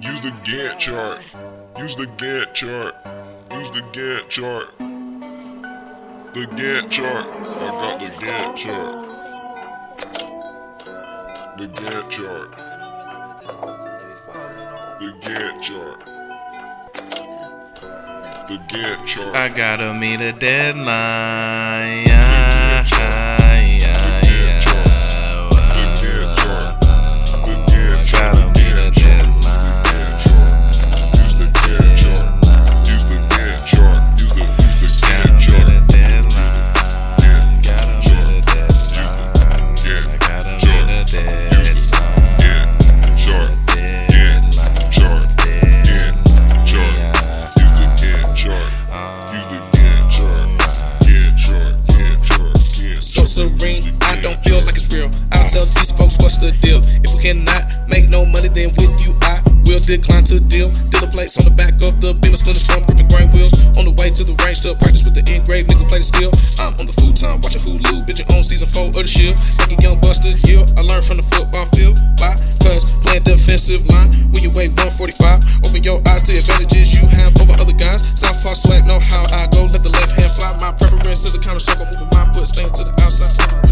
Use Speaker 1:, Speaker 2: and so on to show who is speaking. Speaker 1: Use the Gantt chart. Use the Gantt chart. Use the Gantt chart. The Gantt chart. I got the Gantt chart. The Gantt chart. The Gantt chart. The Gantt chart.
Speaker 2: I gotta meet a deadline. Yeah, yeah, yeah.
Speaker 1: The Gantt chart.
Speaker 2: Gotta
Speaker 1: The
Speaker 2: meet a
Speaker 1: Gantt chart.
Speaker 2: deadline.
Speaker 1: Use the Gantt chart. Use the Gantt chart. Use the use the
Speaker 2: Gotta
Speaker 1: Gantt
Speaker 2: meet
Speaker 1: chart.
Speaker 2: a deadline. Gotta meet a deadline. I gotta meet a deadline.
Speaker 1: Gantt chart.
Speaker 2: Deadline. Deadline. Yeah.
Speaker 3: So serene, I don't feel like it's real. I'll tell these folks what's the deal. If we cannot make no money, then with you I will decline to deal. Dealer plates on the back of the Beamer splinters from ripping grain wheels. On the way to the range, still practice with the engraved nickel plated steel. I'm on the food time, watching Hulu, bitching on season four of the Shield. Breaking young busters, yield. I learned from the football field. Why? Cause playing defensive line when you weigh 145. Open your eyes to advantages you have over other guys. Southpaw swag, know how I go. Let the left hand fly. My preference is a counter circle, moving my foot, staying to the outside.